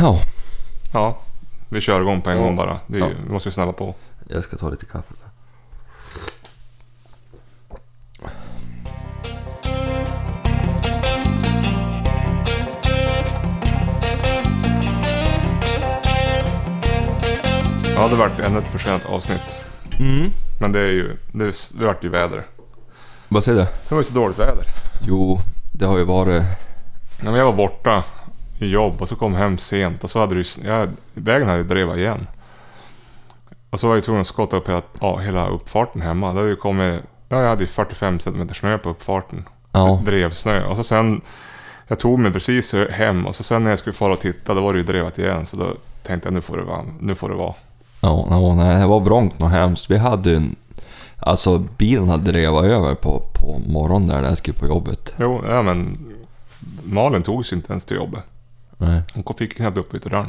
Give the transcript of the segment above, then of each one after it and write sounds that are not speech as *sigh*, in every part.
Ja, Ja, vi kör igång på en Ja. gång bara. Det är, ju- Ja. Vi måste ju snabba på. jag ska ta lite kaffe. Ja, det vart ändå ett försenat avsnitt. Mm. Men det är ju... Det, är- det vart ju väder. Vad säger du? Det var ju så dåligt väder. Jo, det har ju varit... Nej, men jag var borta i jobb och så kom jag hem sent och så hade det ju... Jag, vägen hade ju drevat igen. Och så var jag ju tvungen att skotta upp hela, ja, hela uppfarten hemma. Det hade ju kommit... Ja, jag hade ju 45 cm snö på uppfarten. Ja, drevsnö. Och så sen, jag tog mig precis hem och så sen när jag skulle fara och titta då var det ju drevat igen. Så då tänkte jag nu får det vara. Nu får det vara. ja, ja nej, det var vrångt och hemskt. Vi hade ju en... Alltså bilen hade drevat över på, på morgonen där när jag skulle på jobbet. Jo, ja, men Malin tog sig inte ens till jobbet. Nej. Hon fick knappt upp ytterdörren.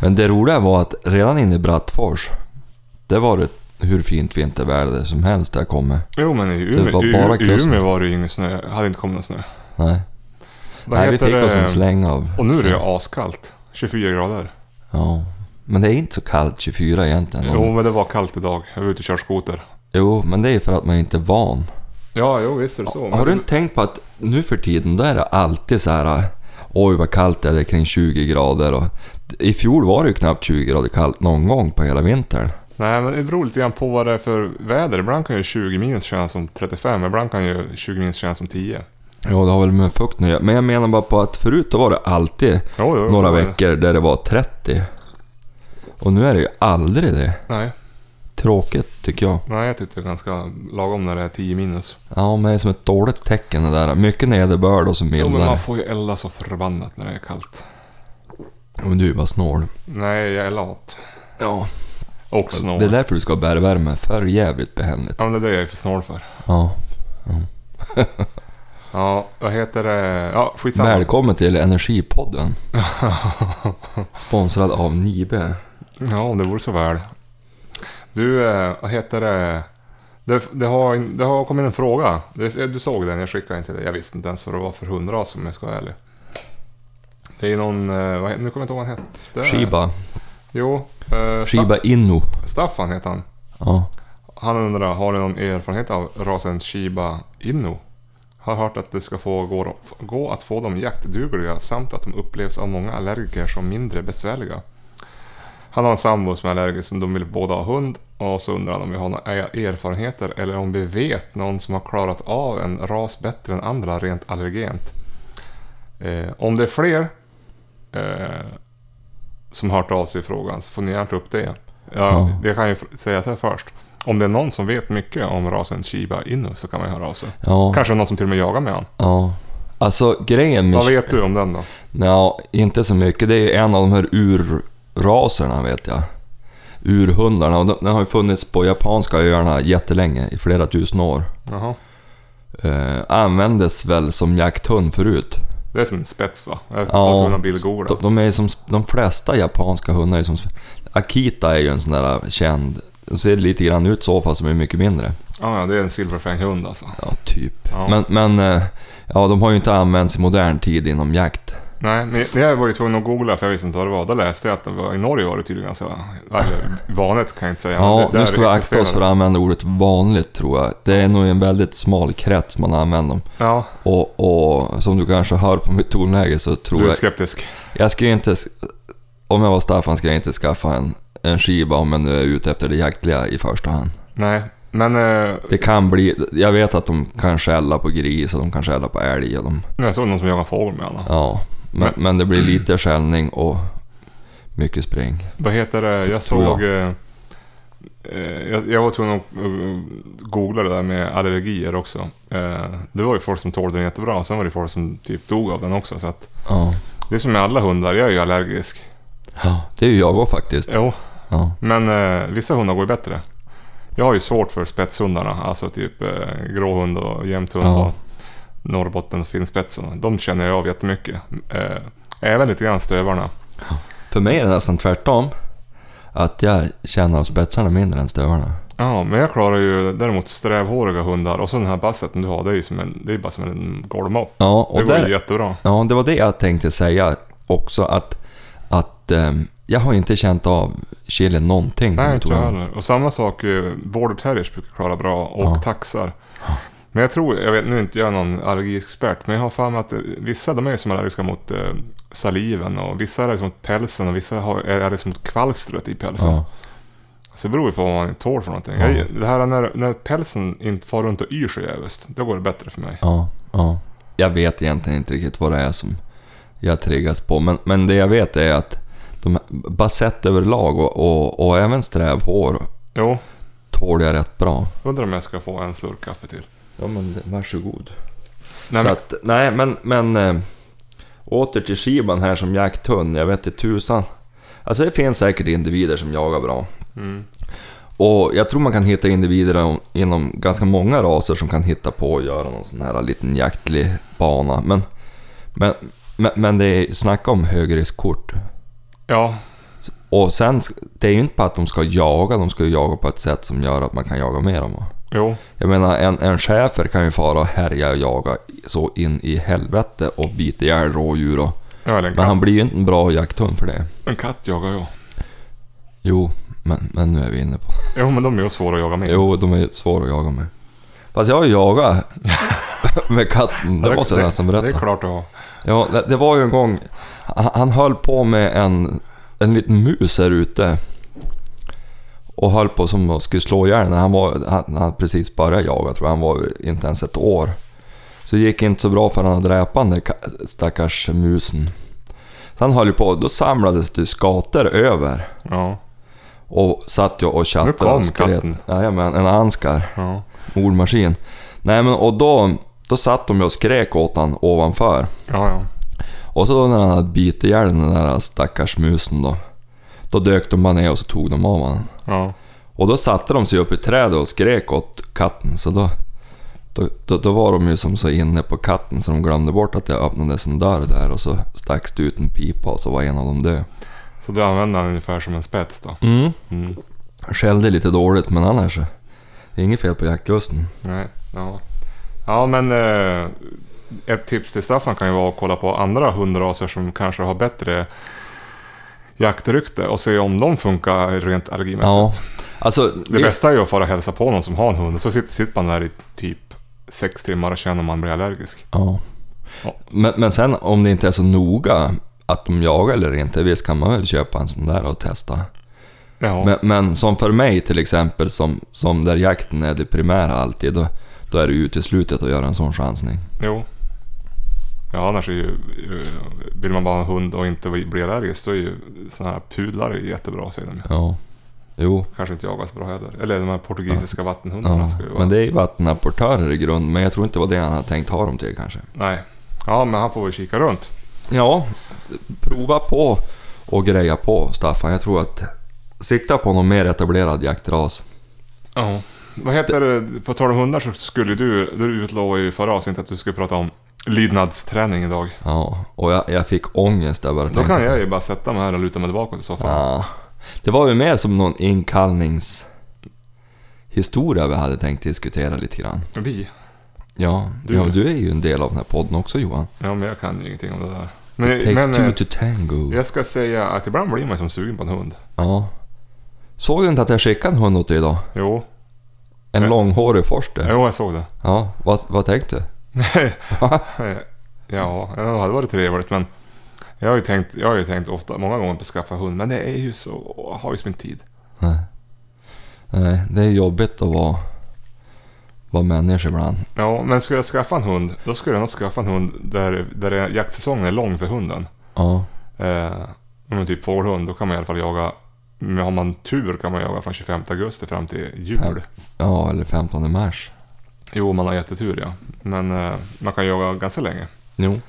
Men det roliga var att redan inne i Brattfors, det var det hur fint vinterväder som helst där kommer. Jo, men i Så det Umeå, var i, bara i kusten. Umeå var det ju ingen snö. Hade inte kommit någon snö. Nej, Vad nej vi heter fick det? oss en släng av... Och nu är det ju askallt. 24 grader. Ja. Men det är inte så kallt 24 egentligen. Jo, men det var kallt idag. Jag var ute och körde skoter. Jo, men det är för att man inte är van. Ja, jo, visst är det så. men Har du det- inte tänkt på att nu för tiden då är det alltid så här Oj vad kallt det är, det är kring 20 grader och I fjol var det ju knappt 20 grader kallt någon gång på hela vintern. Nej, men det beror lite grann på vad det är för väder. Ibland kan ju 20 minus kännas som 35, ibland kan ju 20 minus kännas som 10. Ja, det har väl med fukten att göra. Men jag menar bara på att förut då var det alltid Jo, jo, några det var det. veckor där det var 30. Och nu är det ju aldrig det. Nej, Tråkigt tycker jag. nej, jag tyckte det var ganska lagom när det är 10 minus. Ja, men det är som ett dåligt tecken det där. Mycket nederbörd och så Jo, men man mildare. får ju elda så förbannat när det är kallt. Men du var snål. Nej, jag är lat. Ja. Och snål. Det är därför du ska ha bergvärme. För jävligt behändigt. Ja, men det är det jag är för snål för. Ja. Ja, vad heter det? Ja, skitsamma. Välkommen till Energipodden. Sponsrad av Nibe. Ja, om det vore så väl. Du, eh, vad heter det? Det, det, har, det har kommit en fråga. Det, du såg den, jag skickade inte det. Jag visste inte ens vad det var för hundras som jag ska vara ärlig. Det är någon, eh, vad, he- nu kommer jag inte ihåg vad han hette. Shiba. Jo, eh, Shiba Inu. Staff- Staffan heter han. Ja. Han undrar, har du någon erfarenhet av rasen Shiba Inu? Har hört att det ska få gå, gå att få dem jaktdugliga samt att de upplevs av många allergiker som mindre besvärliga. Han har en sambo som är allergisk som de vill båda ha hund och så undrar han om vi har några er- erfarenheter eller om vi vet någon som har klarat av en ras bättre än andra rent allergent. Eh, om det är fler eh, som har hört av sig i frågan så får ni gärna ta upp det. Ja, Ja. Det kan jag ju f- säga så här först. Om det är någon som vet mycket om rasen Shiba Inu så kan man ju höra av sig. Ja. Kanske någon som till och med jagar med han. Ja. Alltså grejen med... Vad vet du om den då? Nja, inte så mycket. Det är ju en av de här urraserna vet jag. Urhundarna. Och de- Den har ju funnits på japanska öarna jättelänge, i flera tusen år. Jaha. Eh, användes väl som jakthund förut. Det är som en spets va? Jag Ja. tog någon bild god De, de, är ju som, de flesta japanska hundar är som... Akita är ju en sån där känd... De ser lite grann ut så fast de är mycket mindre. Ja, ja, det är en silverfänghund alltså. Ja, typ. Ja. Men, men eh, ja, de har ju inte använts i modern tid inom jakt. Nej, men jag var ju tvungen att googla för jag visste inte vad det var. Då läste jag att det var, i Norge var det tydligen ganska... Eller vanligt kan jag inte säga. men Ja, det- nu där ska vi akta oss för existerade att använda ordet vanligt tror jag. Det är nog en väldigt smal krets man använder dem. det. Ja, Och, och som du kanske hör på mitt tonläge så tror du är jag... skeptisk. Jag skulle ju inte... s- Om jag var Staffan skulle jag inte skaffa en, en skiva om jag nu är ute efter det jaktliga i första hand. Nej, men... Eh, Det kan bli... Jag vet att de kan skälla på gris och de kan skälla på älg och de... jag såg någon som jagade fågel med honom. Ja. Men, men det blir lite skällning och mycket spring. Vad heter det? Jag Tror såg... eh, eh, Jag, jag var tvungen att eh, googla det där med allergier också. Eh, Det var ju folk som tålde den jättebra och sen var det folk som typ dog av den också. Så att, Ja. det är som med alla hundar, jag är ju allergisk. ja. Det är ju jag också faktiskt. Jo, Ja. Men eh, vissa hundar går ju bättre. Jag har ju svårt för spetshundarna, alltså typ eh, gråhund och jämthund Ja. och Norrbotten och finspets. och- De känner jag av jättemycket. Eh, även lite grann stövarna. För mig är det nästan tvärtom. Att jag känner av spetsarna mindre än stövarna. Ja, men jag klarar ju däremot strävhåriga hundar och så den här bassetten du har, det är ju som en, det är ju bara som en golvmopp. Ja, Det och går ju där, jättebra. ja, det var det jag tänkte säga också att, att att eh, jag har inte känt av Chile någonting. som Nej, jag inte tog jag an. heller. Och samma sak, eh, border terriers brukar klara bra och Ja. taxar. Men jag tror, jag vet nu är inte jag någon allergiexpert, men jag har för mig att eh, vissa de är ju som allergiska mot eh, saliven och vissa är allergiska mot pälsen och vissa har, är allergiska mot kvalstret i pälsen. Ja. Så det beror ju på vad man tål för någonting. Ja. Jag, det här när, när pälsen inte far runt och yr så jävligt, då går det bättre för mig. Ja, ja. Jag vet egentligen inte riktigt vad det är som jag triggas på. Men, men det jag vet är att de, basett överlag och, och, och även strävhår Jo, tål jag rätt bra. undrar om jag ska få en slurk kaffe till. Ja men varsågod. Nej, så men, att, nej men, men eh, åter till skivan här som jakthund. Jag vet inte tusan. Alltså det finns säkert individer som jagar bra. mm, Och jag tror man kan hitta individer inom ganska många raser som kan hitta på att göra någon sån här liten jaktlig bana. Men, men, men, men det är snacka om högriskkort. ja, Och sen, det är ju inte på att de ska jaga, de ska ju jaga på ett sätt som gör att man kan jaga med dem. va? jo, Jag menar, en, en schäfer kan ju fara och härja och jaga så in i helvete och bita ihjäl rådjur och... ja, eller en Men katt, han blir ju inte en bra jakthund för det. en katt jagar jag. Jo, men, men nu är vi inne på... Jo, men de är ju svåra att jaga med. Jo, de är svåra att jaga med. Fast jag har ju jagat *laughs* med katten, det måste jag nästan Det är berätta. klart att ha. Ja, det, det var ju en gång, han, han höll på med en, en liten mus här ute. Och höll på som att skulle slå ihjäl den. Han, var, han, han hade precis börjat jaga tror jag, han var inte ens ett år. Så det gick inte så bra för han hade dräpat den där ka- stackars musen. Så han höll ju på, då samlades det skator över. Ja, Och satt jag och Nu chattade kom och skrek. katten. Jajamän, en anskar. ja. Ordmaskin. Nej men och då, då satt de ju och skrek åt han ovanför. Ja, ja. Och så då när han hade bitit ihjäl den där stackars musen då. Då dök de bara ner och så tog de av honom. ja. Och då satte de sig upp i trädet och skrek åt katten. Så då, då, då, då var de ju som så inne på katten så de glömde bort att det öppnades en dörr där och så stacks det ut en pipa och så var en av dem död. Så du använder den ungefär som en spets då? Mm. Mm. Skällde lite dåligt men annars så. Det är inget fel på jaktlusten. Nej, ja. Ja, men eh, ett tips till Staffan kan ju vara att kolla på andra hundraser som kanske har bättre jaktrykte och se om de funkar rent allergimässigt. Ja. Alltså, Det bästa är ju att fara och hälsa på någon som har en hund och så sitter, sitter man där i typ sex timmar och känner om man blir allergisk. Ja. Ja. Men, men sen om det inte är så noga att de jagar eller inte, visst kan man väl köpa en sån där och testa. Ja, Men, men som för mig till exempel, som, som där jakten är det primära alltid, då, då är det ju uteslutet att göra en sån chansning. jo. Ja, annars är ju, eh, vill man bara ha en hund och inte bli allergisk då är ju sådana här pudlar jättebra säger de ju. Ja. Jo. kanske inte jagas bra heller. Eller de här portugisiska vattenhundarna Ja. ska ju vara... Men det är ju vattenapportörer i grund, men jag tror inte det var det han hade tänkt ha dem till kanske. Nej. Ja, men han får väl kika runt. Ja, prova på och greja på Staffan. Jag tror att sikta på någon mer etablerad jaktras. Ja. Vad heter det? På tal om hundar så skulle du... Du utlovade ju i förra avsnittet att du skulle prata om lydnadsträning idag. Ja, och jag, jag fick ångest där bara Då kan jag ju bara sätta mig här och luta mig tillbaka i soffan. Ja. Det var ju mer som någon inkallningshistoria vi hade tänkt diskutera lite grann. Vi? Ja, Du. du, ja, du är ju en del av den här podden också Johan. Ja, men jag kan ju ingenting om det där. Takes Men, men two eh, to tango. jag ska säga att ibland blir man som sugen på en hund. Ja. Såg du inte att jag skickade en hund åt dig idag? Jo, En Nej. långhårig forster. jo jag såg det. Ja, vad, vad tänkte du? *laughs* ja, det hade varit trevligt men... Jag har ju tänkt, jag har ju tänkt ofta, många gånger på att skaffa hund, men det är ju så... Jag har ju som inte tid. Nej. Nej, det är jobbigt att vara, vara människa ibland. Ja, men skulle jag skaffa en hund, då skulle jag nog skaffa en hund där, där det- jaktsäsongen är lång för hunden. Ja, Eh, om en typ fågelhund, då kan man i alla fall jaga, men har man tur kan man jaga från 25 augusti fram till jul. Fem. ja eller 15 mars. Jo, man har jättetur ja. Men eh, man kan jaga ganska länge. Jo.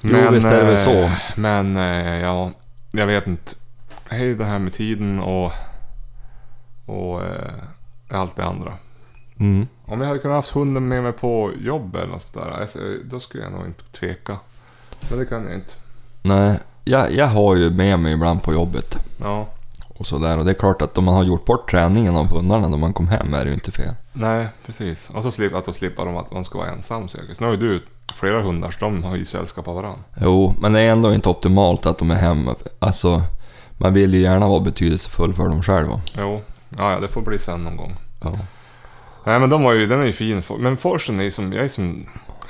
Jo, visst är det väl så. eh, Men eh, ja, jag vet inte. Hej det här med tiden och, och eh, allt det andra. Mm. Om jag hade kunnat haft hunden med mig på jobb eller något sånt där, alltså, då skulle jag nog inte tveka. Men det kan jag inte. Nej, jag, jag har ju med mig ibland på jobbet. Ja, och sådär. Och det är klart att om man har gjort bort träningen av hundarna när man kom hem är det ju inte fel. Nej, precis. Och så slipper, att då slipper de att man ska vara ensam säkert. Nu har ju du flera hundar så de har ju sällskap av varandra. Jo, men det är ändå inte optimalt att de är hemma. Alltså, man vill ju gärna vara betydelsefull för dem själva. Jo, ja, ja, det får bli sen någon gång. Ja. Nej, men de var ju, den är ju fin. Men forsen är ju som, jag är som...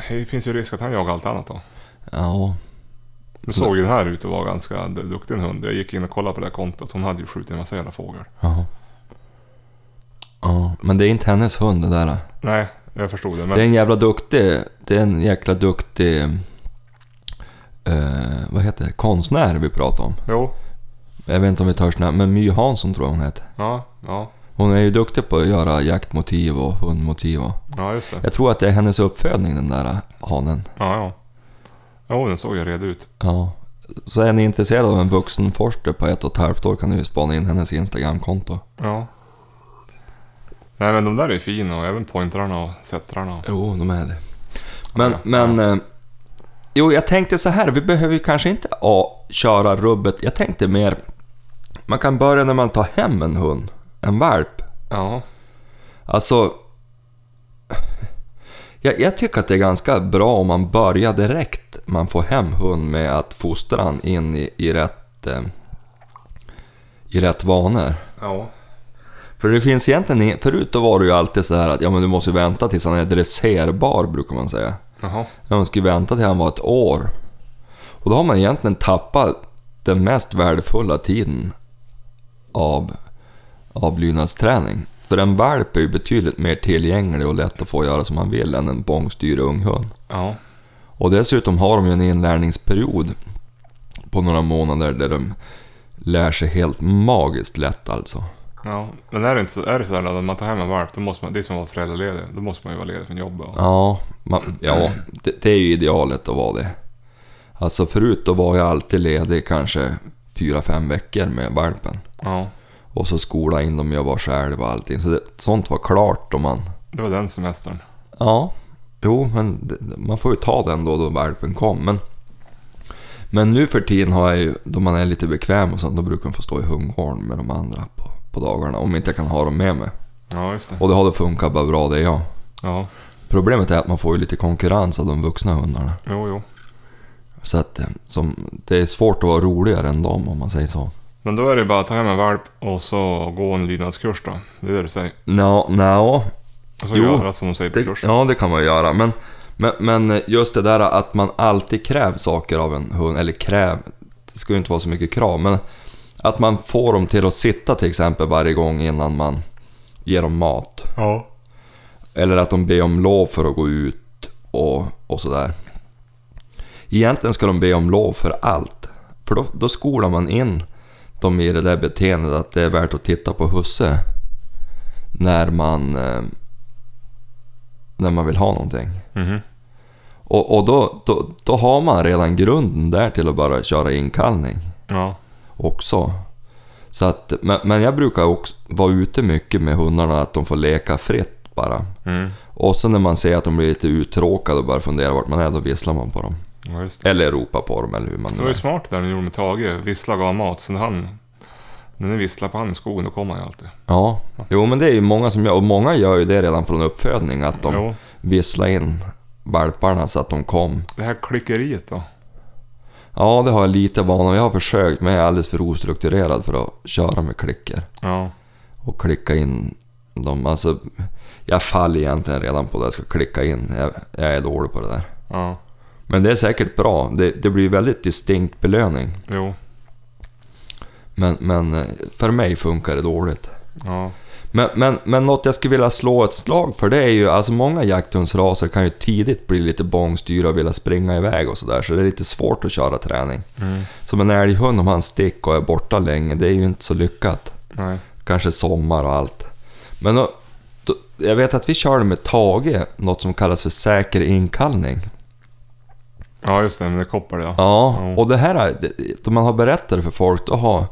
Det finns ju risk att han jagar allt annat då. ja. Nu såg ju den här ut och var ganska d- duktig en hund. Jag gick in och kollade på det här kontot. Hon hade ju skjutit en massa jävla fågel. Ja. Ja, men det är inte hennes hund det där. Nej, jag förstod det. Men Det är en jävla duktig, det är en jäkla duktig, eh, vad heter det, konstnär vi pratar om. jo, Jag vet inte om vi törs nämna, men My Hansson tror jag hon heter. ja, ja, Hon är ju duktig på att göra jaktmotiv och hundmotiv och. ja just det. Jag tror att det är hennes uppfödning den där hanen. Ja, ja. Jo, den såg ju red ut. Ja. Så är ni intresserade av en vuxen forster på ett och ett halvt år kan ni ju spana in hennes Instagramkonto. Ja. Nej men de där är fina och även pointrarna och settrarna. och- Jo, de är det. Men, Ja, men... eh, Jo, jag tänkte så här, vi behöver ju kanske inte ja, köra rubbet. Jag tänkte mer... Man kan börja när man tar hem en hund, en valp. Ja. Alltså... Jag, jag tycker att det är ganska bra om man börjar direkt man får hem hund med att fostra han in i, i rätt... eh, I rätt vanor. Ja. För det finns egentligen ingen- Förut då var det ju alltid så här att ja men du måste ju vänta tills han är dresserbar brukar man säga. Jaha. Ja, man skulle vänta till han var ett år. Och då har man egentligen tappat den mest värdefulla tiden av avlydnadsträning. För en valp är ju betydligt mer tillgänglig och lätt att få göra som man vill än en bångstyrig ung hund. Ja. Och dessutom har de ju en inlärningsperiod på några månader där de lär sig helt magiskt lätt alltså. Ja. Men är det inte så, är det så här att om man tar hem en valp, då måste man, det är som att vara föräldraledig. Då måste man ju vara ledig från jobbet. Och, Ja, man, ja det, det är ju idealet att vara det. Alltså förut då var jag alltid ledig kanske 4-5 veckor med valpen. ja. Och så skola in dem, jag var själv och allting. Så det, sånt var klart om man... Det var den semestern. Ja, jo men det, man får ju ta den då, då valpen kom. Men, men nu för tiden har jag ju, då man är lite bekväm och sånt, då brukar man få stå i hundgården med de andra på, på dagarna. Om inte jag kan ha dem med mig. Ja, just det. Och det har det funkat bara bra det jag. Ja. Problemet är att man får ju lite konkurrens av de vuxna hundarna. Jo, jo. Så att eh, som, det är svårt att vara roligare än dem om man säger så. Men då är det bara att ta hem en valp och så gå en lydnadskurs då. Det är det du säger. Nå, nå, Och så Jo. göra som de säger på det, kursen. ja det kan man ju göra. Men, men, men eh, just det där att man alltid kräver saker av en hund, eller kräv, det ska ju inte vara så mycket krav, men att man får dem till att sitta till exempel varje gång innan man ger dem mat. Ja. Eller att de ber om lov för att gå ut och, och sådär. Egentligen ska de be om lov för allt. För då, då skolar man in dem i det där beteendet att det är värt att titta på husse. När man... eh, När man vill ha någonting. Mhm. Och, och då, då, då har man redan grunden där till att bara köra inkallning Ja. också. Så att, men, men jag brukar också vara ute mycket med hundarna, att de får leka fritt bara. Mm. Och sen när man ser att de blir lite uttråkade och börjar fundera vart man är, då visslar man på dem. Ja, just det. Eller ropar på dem, eller hur man Det nu var ju gör. smart där ni gjorde med Tage. Vissla gav mat. Sen han... När ni visslar på han i skogen, då kommer han ju alltid. Ja. Jo, men det är ju många som gör, och många gör ju det redan från uppfödning, att de Jo, visslar in valparna så att de kom. det här klickeriet då. Ja, det har jag lite vana av. Jag har försökt, men jag är alldeles för ostrukturerad för att köra med klicker. Ja, Och klicka in dem. Alltså, jag faller egentligen redan på det jag ska klicka in. Jag, jag är dålig på det där. ja, Men det är säkert bra. Det, det blir väldigt distinkt belöning. jo, Men, men eh, för mig funkar det dåligt. ja, Men, men, men något jag skulle vilja slå ett slag för det är ju, alltså många jakthundsraser kan ju tidigt bli lite bångstyra och vilja springa iväg och sådär, så det är lite svårt att köra träning. mm, Som en älghund om han stick och är borta länge, det är ju inte så lyckat. nej, Kanske sommar och allt. Men då, då, jag vet att vi körde med Tage, något som kallas för säker inkallning. ja just det, men det koppar det ja. Ja, Mm. och det här, det- då man har berättat det för folk, då har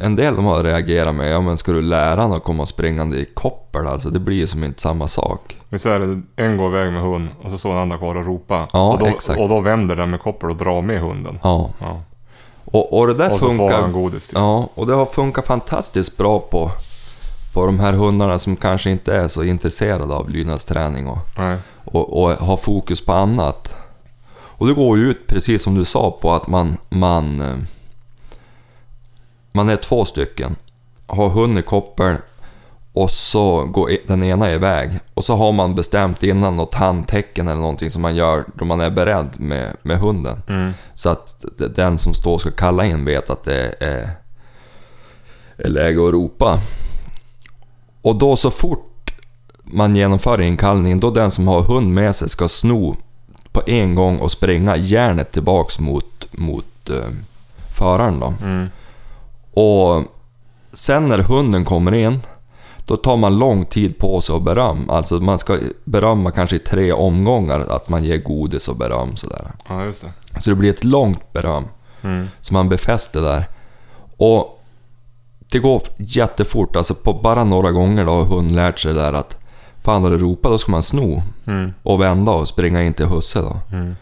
en del de har reagerat med, ja men ska du lära honom att komma springande i koppel alltså, det blir ju som inte samma sak. Vi säger det, en går iväg med hund och så står den andra kvar och ropar. Ja, och då, exakt. Och då vänder den med koppel och drar med hunden. Ja, Ja, Och, och det där Och så får funkar... han godis typ. Ja, och det har funkat fantastiskt bra på, på de här hundarna som kanske inte är så intresserade av lydnadsträning och, Nej. och, och har fokus på annat. Och det går ju ut, precis som du sa, på att man, man, eh, man är två stycken, har hund i koppel och så går e- den ena iväg. Och så har man bestämt innan något handtecken eller någonting som man gör då man är beredd med, med hunden. Mm. Så att d- den som står och ska kalla in vet att det är, är läge att ropa. Och då så fort man genomför inkallningen, då den som har hund med sig ska sno på en gång och springa järnet tillbaks mot, mot eh, föraren då. Mm. Och sen när hunden kommer in, då tar man lång tid på sig att berömma. Alltså man ska berömma kanske i tre omgångar, att man ger godis och beröm sådär. Ja, just det. Så det blir ett långt beröm Mm. som man befäster där. Och det går jättefort, alltså på bara några gånger då har hunden lärt sig det där att fan när du ropar då ska man sno Mm. och vända och springa in till husse då. Mm.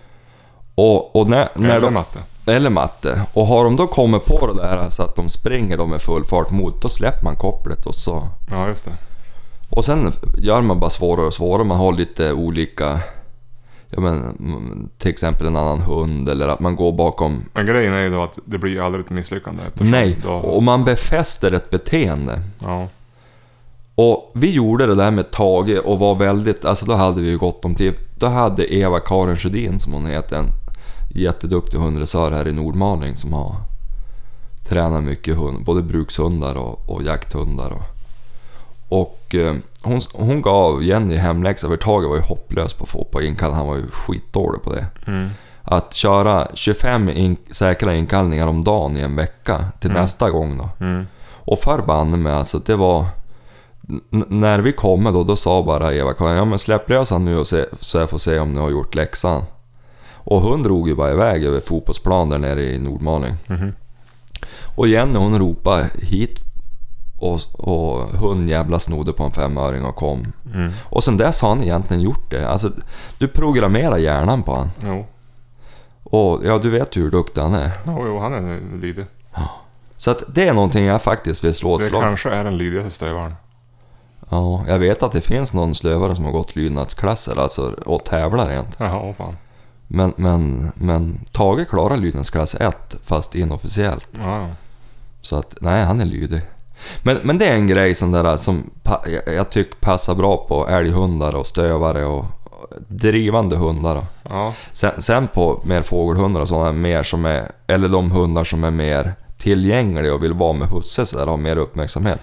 Och, och när, när Eller de, matte. eller matte. Och har de då kommit på det där så att de springer då med full fart mot, då släpper man kopplet och så... Ja, just det. Och sen gör man bara svårare och svårare, man har lite olika... Ja men, mm, till exempel en annan hund eller att man går bakom Men grejen är ju då att det blir ju aldrig ett misslyckande. eftersom Nej, Då, och man befäster ett beteende. ja. Och vi gjorde det där med Tage och var väldigt, alltså då hade vi ju gott om tid. Då hade Eva-Karin Sjödin, som hon heter, en jätteduktig hundresör här i Nordmaling som har tränat mycket hund, både brukshundar och, och jakthundar. Och, och eh, hon, hon gav Jenny hemläxa, för Tage var ju hopplös på att få på inkall, han var ju skitdålig på det. Mm. Att köra 25 in, säkra inkallningar om dagen i en vecka till Mm. nästa gång då. Mm. Och förbanne mig alltså, det var... N- när vi kommer då, då sa bara Eva-Karin ja men släpp lös han nu och se, så jag får se om ni har gjort läxan. Och hon drog ju bara iväg över fotbollsplan där nere i Nordmaling. Mhm. Och Jenny hon ropade hit och, och hon jävla snodde på en femöring och kom. Mm. Och sen dess har han egentligen gjort det. Alltså, du programmerar hjärnan på han. Jo. Och ja, du vet hur duktig han är. Jo, jo, han är en lydig. Så att det är någonting jag faktiskt vill slå ett Det slag för. kanske är den lydigaste stövaren. *laughs* Ja, jag vet att det finns någon slövare som har gått lydnadsklasser, alltså och tävlar rent. Jaha, åh fan. Men, men, men Tage klarar lydnadsklass 1, fast inofficiellt. Ja, ja. Så att, nej, han är lydig. Men, men det är en grej som, där, som pa- jag, jag tycker passar bra på älghundar och stövare och och drivande hundar. då. ja. Sen, sen på mer fågelhundar och sådana mer som är, eller de hundar som är mer tillgängliga och vill vara med husse så där, ha mer uppmärksamhet.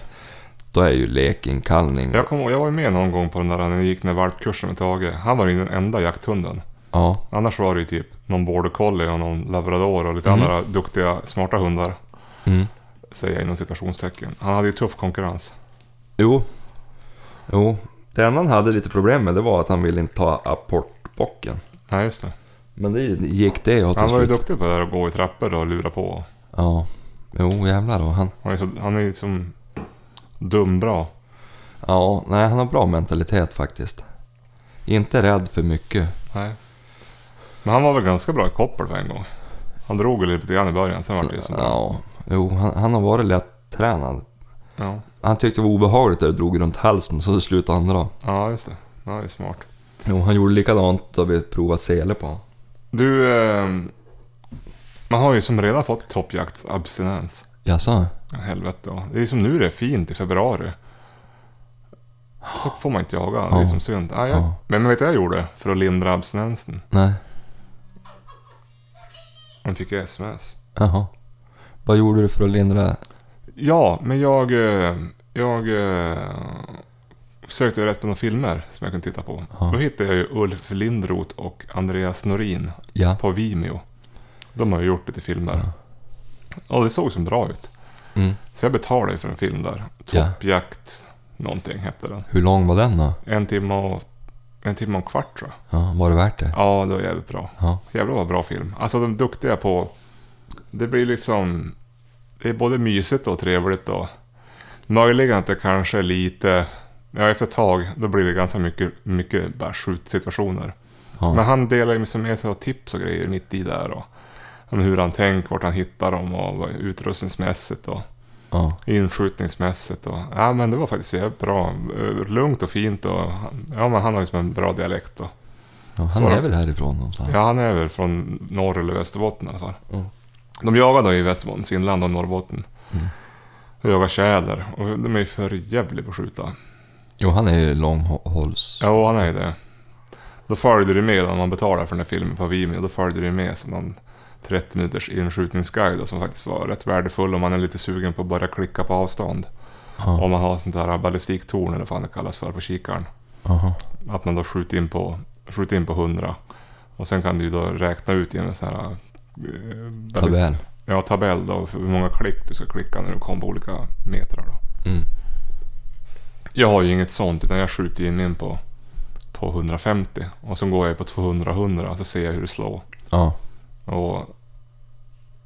Då är ju lekinkallning. Jag, kom, ihåg- jag var ju med någon gång på den där när vi gick den där valpkursen med Tage. Han var ju den enda jakthunden. Ja. Annars var det ju typ någon border collie och någon labrador och lite Mm. andra duktiga, smarta hundar. Mm. Säger jag inom citationstecken. Han hade ju tuff konkurrens. Jo. Jo. Det enda han hade lite problem med det var att han ville inte ta apportbocken. Nej, just det. Men det gick det åt till Han var ju slut. duktig på det där att gå i trappor och lura på. Ja. Jo, jävlar då. Han, Han är, så, han är ju som dumbra. ja, nej, han har bra mentalitet faktiskt. Inte rädd för mycket. Nej. Men han var väl ganska bra i koppel på en gång. Han drog ju lite grann i början, sen var det ju som ja. Ja. Jo, han, han har varit lätt tränad. ja. Han tyckte det var obehagligt när det drog runt halsen så slutade han dra. Ja, just det. Ja, det är smart. Jo, han gjorde likadant då vi provade sele på honom. Du, ehm, man har ju som redan fått toppjaktsabstinens. Jaså? Ja, Helvete ja. Det är som nu det är fint i februari. Så får man inte jaga. Det är Ja. som synd. Ah, jag, Ja. Men vet du vad jag gjorde för att lindra abstinensen? Nej. Man fick ju sms. Jaha. Vad gjorde du för att lindra? Ja, men jag... eh, Jag... eh, Sökte ju rätt på några filmer som jag kunde titta på. Ja. Då hittade jag ju Ulf Lindroth och Andreas Norin Ja. på Vimeo. De har ju gjort lite filmer. Och det såg som bra ut. Mm. Så jag betalade ju för en film där. Ja. Toppjakt någonting hette den. Hur lång var den då? En timme och, en timme och en kvart tror jag. Ja, var det värt det? Ja, det var jävligt bra. Ja. Jävlar vad bra film. Alltså de är duktiga på... Det blir liksom... Det är både mysigt och trevligt och... Möjligen att det kanske är lite... Ja, efter ett tag då blir det ganska mycket, mycket bara skjutsituationer. Ja. Men han delar ju liksom med sig av tips och grejer mitt i där. Och om hur han tänker, vart han hittar dem och vad- utrustningsmässigt och Ja. inskjutningsmässigt. Och, ja, men det var faktiskt jävligt bra. Eh, Lugnt och fint och ja, men han har ju som en bra dialekt. Och, Ja, han Så är då. väl härifrån någonstans? ja, han är väl från norr eller Västerbotten i alla fall. Ja. De jagar då i Västerbottens inland och Norrbotten. Mm. De jagar tjäder och de är ju för jävligt på att skjuta. Jo, han är ju långhålls... Jo, han är ju det. Då följde det med, om man betalar för den här filmen på Vimeo, då följde det med som någon 30 minuters inskjutningsguide då, som faktiskt var rätt värdefull om man är lite sugen på att börja klicka på avstånd. Ja. Om man har sånt där ballistiktorn eller vad fan det kallas för på kikaren. Aha. Att man då skjuter in på, skjuter in på 100. Och sen kan du ju då räkna ut i en sån här... eh, ballist- Tabell. Ja, tabell då, för hur många klick du ska klicka när du kommer på olika metrar då. Mm. Jag har ju inget sånt utan jag skjuter in min på, på 150 och så går jag på 200-100 och så ser jag hur det slår. Ja. Och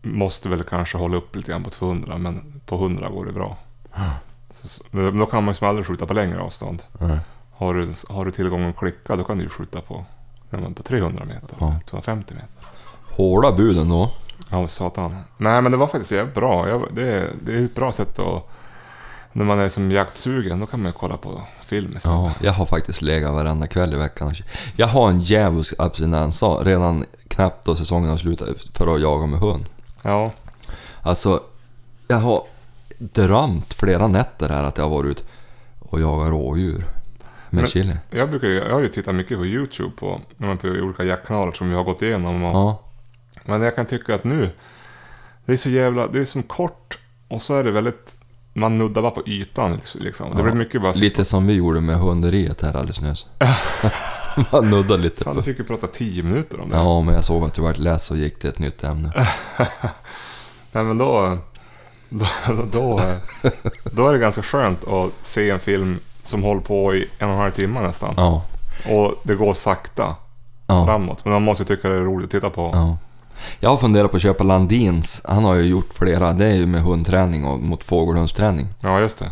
måste väl kanske hålla upp lite grann på 200 men på 100 går det bra. Ja. Så, så- men då kan man ju som aldrig skjuta på längre avstånd. Ja. Har du, har du tillgång att klicka då kan du ju skjuta på, ja, men på 300 meter, Ja. 250 meter. Hårda bud ändå. Ja, vad satan. Nej men det var faktiskt jävligt bra. Jag, det, är- det är ett bra sätt att... När man är som jaktsugen då kan man ju kolla på film istället. Ja, jag har faktiskt legat varenda kväll i veckan. Jag har en djävulsk abstinens redan knappt då säsongen har slutat för att jaga med hund. ja. Alltså, jag har drömt flera nätter här att jag har varit ute och jagat rådjur med Men- chili. Jag, brukar, ju- jag har ju tittat mycket på YouTube på, när man på olika jackkanaler som vi har gått igenom. Och, Ja, Men jag kan tycka att nu, det är så jävla, det är som kort och så är det väldigt, man nuddar bara på ytan liksom. Det Ja, blir mycket bara... lite som vi gjorde med hunderiet här alldeles *laughs* nyss. Man nuddar lite Fan, du på... fick ju prata tio minuter om det. Ja, men jag såg att du vart less och gick till ett nytt ämne. Nej men då, då, då, då är det ganska skönt att se en film som håller på i en och en halv timme nästan. Ja, Och det går sakta ja, framåt. Men man måste tycka det är roligt att titta på. ja. Jag har funderat på att köpa Landins. Han har ju gjort flera. Det är ju med hundträning och mot fågelhundsträning. Ja, just det.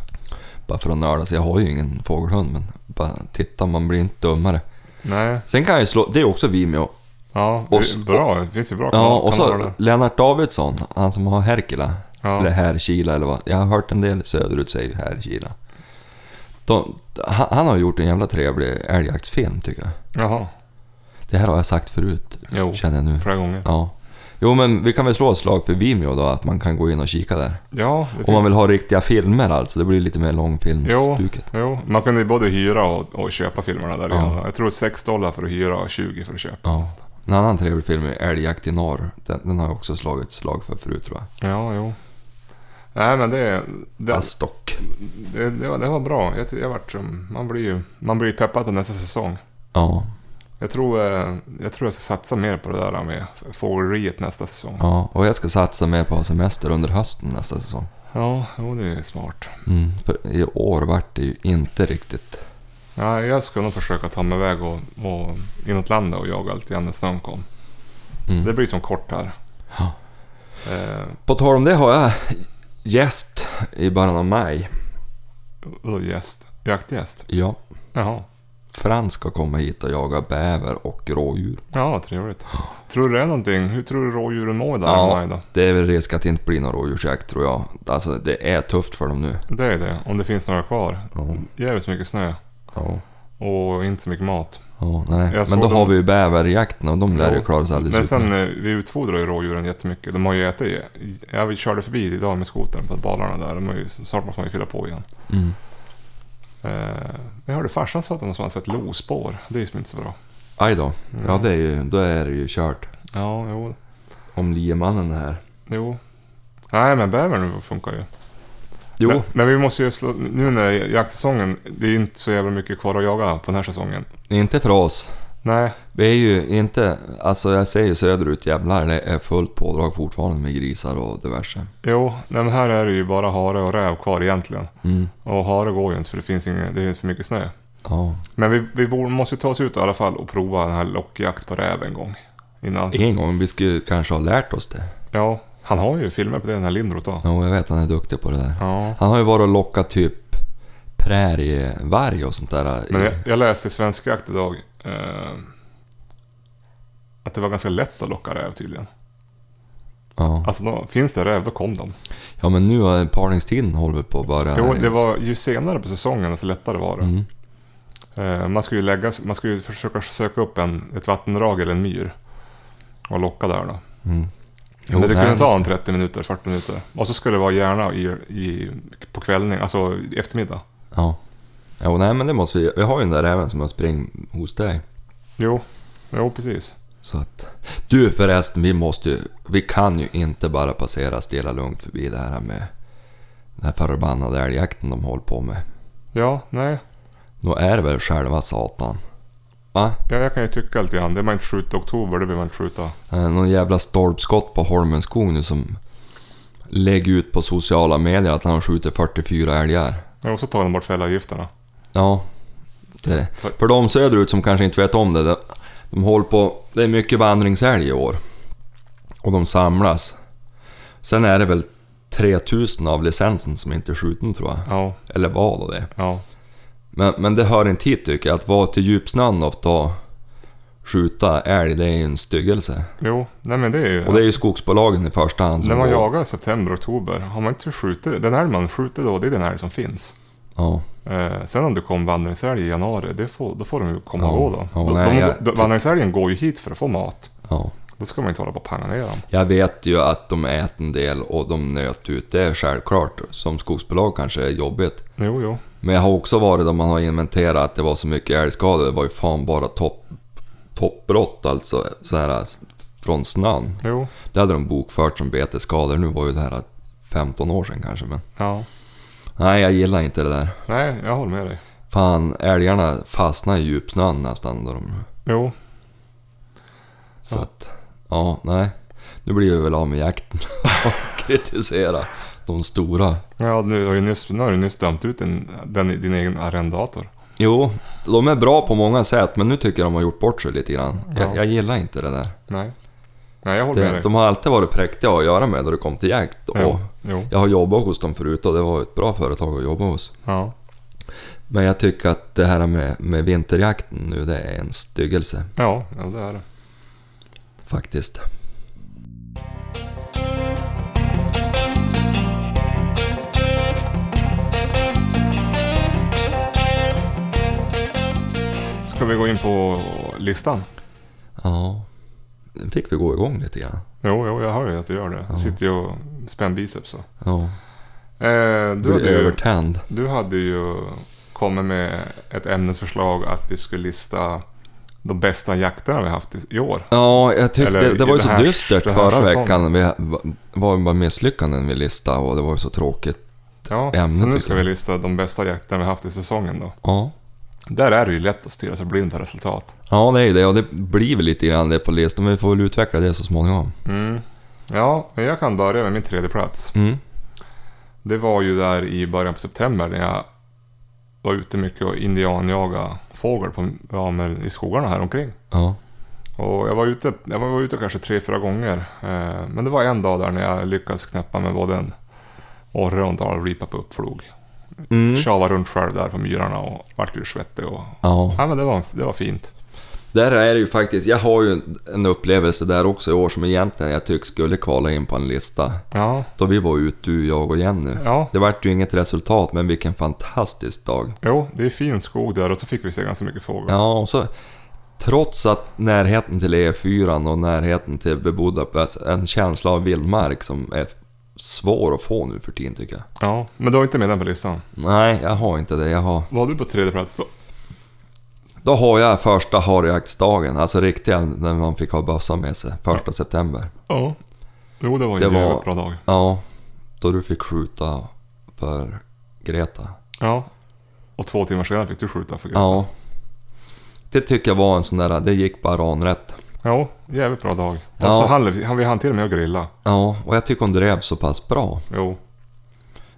Bara för att nörda sig. Jag har ju ingen fågelhund, men bara titta, man blir inte dummare. Nej, Sen kan jag ju slå... Det är också Vimeo. ja, Och s- bra. Det finns ju bra Ja, och kanaler. så Lennart Davidsson, han som har Herkila. Ja. Eller Härkila eller vad. Jag har hört en del söderut säger Härkila. De, han, han har gjort en jävla trevlig älgjaktsfilm tycker jag. Jaha, Det här har jag sagt förut, Jo. känner jag nu. flera gånger. Ja. Jo men vi kan väl slå ett slag för Vimeo då, att man kan gå in och kika där. Ja, det Om man finns- vill ha riktiga filmer alltså, det blir lite mer Jo, långfilmsstuket. jo, man kunde ju både hyra och, och köpa filmerna där. Ja. Ja. Jag tror 6 dollar för att hyra och 20 för att köpa. Ja. En annan trevlig film är Älgjakt i norr. Den, den har jag också slagit ett slag för förut tror jag. ja jo. Nej, men det, det, Astock. det, det, var, det var bra. Jag, ty- jag vart, som- man blir ju man blir peppad på nästa säsong. Ja, Jag tror, eh, jag tror jag ska satsa mer på det där med fågelriet nästa säsong. Ja, ja. Och jag ska satsa mer på semester under hösten nästa säsong. jo, det är smart. Mm, för i år vart det ju inte riktigt... Ja, jag ska nog försöka ta mig iväg och, och inåt landet och jaga lite grann när snön kom. Mm. Det blir som kort här. Ja. Eh, På tal om det har jag gäst i början av maj. vadå gäst? Jaktgäst? Ja, Jaha. Frans ska komma hit och jaga bäver och rådjur. Ja, trevligt. Tror du det är någonting? Hur tror du rådjuren mår där Ja. ja. i maj då? Det är väl risk att det inte blir någon rådjursjakt tror jag. Alltså det är tufft för dem nu. Det är det, om det finns några kvar. Ja, Jävligt mycket snö ja, och inte så mycket mat. ja nej. Jag Men då såg har dem- vi ju bäverjakten och de lär ju Jo. klara sig alldeles Men sen, utmärkt. eh, vi utfodrar ju rådjuren jättemycket. De har ju ätit... Jag körde förbi idag med skotern på Dalarna där. De har ju, snart måste man ju fylla på igen. Mm. Eh, men jag hörde farsan sa att de har sett lospår. Det är ju som inte så bra. Aj då. Mm. Ja, det är ju, då är det ju kört. Ja, jo. Om liemannen är här. jo. Nej, men bävern funkar ju. Jo, Men, men vi måste ju slå... Nu när jaktsäsongen... Det är ju inte så jävla mycket kvar att jaga på den här säsongen. inte för oss. Nej, Vi är ju inte, alltså jag säger ju söderut jävlar, det är fullt pådrag fortfarande med grisar och diverse. Jo, nej, men här är det ju bara hare och räv kvar egentligen. Mm. Och hare går ju inte för det finns, ingen, det är för mycket snö. Ja. Men vi, vi borde, måste ju ta oss ut i alla fall och prova den här lockjakt på räv en gång. Innan. En gång, vi skulle kanske ha lärt oss det. Ja, han har ju filmer på det, den här Lindroth då. Jo, jag vet han är duktig på det där. Ja. Han har ju varit och lockat typ prärievarg och sånt där. Men jag, jag läste i Svensk Jakt idag eh, att det var ganska lätt att locka räv tydligen. Ja. Alltså då, finns det räv, då kom de. ja, men nu har parningstiden håller på att börja. Jo, här det inne, så- var, ju senare på säsongen, desto lättare var det. Mm. Eh, Man skulle, ju lägga, man skulle ju försöka söka upp en, ett vattendrag eller en myr och locka där då. Mm. Jo, Men det nej, kunde ta en 30 minuter, 40 minuter. Och så skulle det vara gärna i, i, på kvällning, alltså i eftermiddag. Ja. Jo, nej, men det måste vi Vi har ju den där räven som har spring hos dig. Jo, jo precis. Så att... Du förresten, vi måste ju... Vi kan ju inte bara passera stilla lugnt förbi det här med den här förbannade älgjakten de håller på med. Ja, nej. Då är det väl själva satan. Va? Ja, jag kan ju tycka lite grann. Det man inte skjuter i oktober, det vill man inte skjuta. Det är Eh, Någon jävla stolpskott på Holmenskog nu som lägger ut på sociala medier att han skjuter 44 älgar. Jag har också tagit bort fällavgifterna. Ja. Det. För de söderut som kanske inte vet om det, de- de håller på... Det är mycket vandringsälg i år. Och de samlas. Sen är det väl 3000 av licensen som inte är skjuten tror jag. Ja, Eller var då det. ja. Men, men det hör inte hit tycker jag. Att vara till djupsnön och ta skjuta älg, det är ju en styggelse. Jo, nej men det är ju... Och det är ju skogsbolagen i första hand som... när man går- jagar i september, oktober, har man inte skjutit... Den här man skjuter då, det är den här som finns. Ja. Eh, sen om det kom vandringsälg i januari, det får, då får de ju komma Ja, och gå då. ja, de, nej, de, jag- de, vandringsälgen går ju hit för att få mat. ja. Då ska man ju inte hålla på och panga ner dem. Jag vet ju att de äter en del och de nöt ut, det är självklart. Som skogsbolag kanske är jobbigt. Jo, jo. Men jag har också varit där man har inventerat att det var så mycket älgskador. Det var ju fan bara topp, toppbrott alltså. Så här, s- från snön. Jo, Det hade de bokfört som betesskador. Nu var ju det här 15 år sedan kanske. Men ja. nej, jag gillar inte det där. Nej, jag håller med dig. Fan, älgarna fastnar i djupsnön nästan. Då de, Jo, så Ja. att, ja, nej. Nu blir vi väl av med jakten *laughs* och kritisera de stora. ja, nu har ju nyss, nu har du nyss dömt ut din, den, din egen arrendator. Jo, de är bra på många sätt men nu tycker jag de har gjort bort sig lite grann. Jag, Ja. jag gillar inte det där. Nej. Nej, jag håller med Det, dig. de har alltid varit präktiga att göra med när det kom till jakt. Och Jo, jo. jag har jobbat hos dem förut och det var ett bra företag att jobba hos. Ja. Men jag tycker att det här med, med vinterjakten nu, det är en styggelse Ja, ja, det är det. faktiskt. Ska vi gå in på listan? Ja, nu fick vi gå igång lite grann. Jo, jo, jag hör ju att du gör det. Ja. Du sitter ju och spänner biceps. Så. Ja, Eh, du du, blir hade ju, övertänd. du hade ju kommit med ett ämnesförslag att vi skulle lista de bästa jakterna vi haft i- i år. Ja, jag tyckte Eller det, det var i ju det så här- dystert det här förra säsongen. veckan. Vi va- var ju bara misslyckanden vi listade och det var ju så tråkigt. Ja, Ämnet så nu tycker ska vi jag. lista de bästa jakterna vi haft i säsongen då. Ja. Där är det ju lätt att stirra sig blind på resultat. ja, det är ju det och det blir väl lite grann det på listan men vi får väl utveckla det så småningom. Mm. Ja, men jag kan börja med min tredje plats. Mm. Det var ju där i början på september när jag var ute mycket och indianjaga fågel på, ja, men i skogarna här omkring. Ja. Och jag var ute, jag var ute kanske tre, fyra gånger. Eh, men det var en dag där när jag lyckades knäppa med både en orre och en dalripa på uppflog. Mm. Tjava runt själv där på myrarna och vart ju svettig och... Ja. Ja men det var, det var fint. Där är det ju faktiskt, jag har ju en upplevelse där också i år som egentligen jag tycker skulle kvala in på en lista. Ja, Då vi var ute, du, jag och Jenny. ja. Det vart ju inget resultat, men vilken fantastisk dag. Jo, det är fin skog där och så fick vi se ganska mycket fågel. Ja, och så trots att närheten till E4 och närheten till bebodda plats, en känsla av vildmark som är svår att få nu för tiden tycker jag. Ja, men du har inte med den på listan. Nej, jag har inte det. Jag har... Vad har du på tredje plats då? Då har jag första harjaktsdagen, alltså riktiga när man fick ha bössa med sig, första september. Ja. Jo, det var Det en var- jävligt bra dag. Ja, då du fick skjuta för Greta. Ja. Och två timmar senare fick du skjuta för Greta. Ja. Det tycker jag var en sån där, det gick bara ranrätt. Ja, jävligt bra dag. Ja. Och så hann vi- hann vi hann till och med att grilla. Ja, och jag tycker hon drev så pass bra. Jo.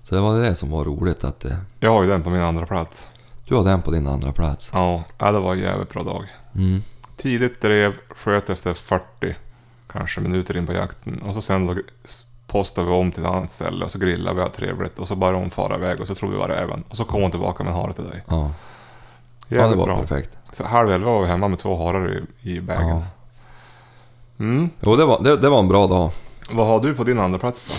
Så det var det som var roligt att det, Jag har ju den på min andra plats. du har den på din andra plats. Ja, ja det var en jävligt bra dag. Mm. Tidigt drev, sköt efter 40 kanske minuter in på jakten. Och så sen då postade vi om till ett annat ställe och så grillade vi och hade trevligt. Och så bara hon fara iväg och så trodde vi var räven. Och så kom hon tillbaka med en hare till dig. Ja. ja, det Jävligt var bra. perfekt. Så halv elva var vi hemma med två harar i, i vägen. Ja. Mm. Jo, det var, det, det var en bra dag. Vad har du på din andra plats då?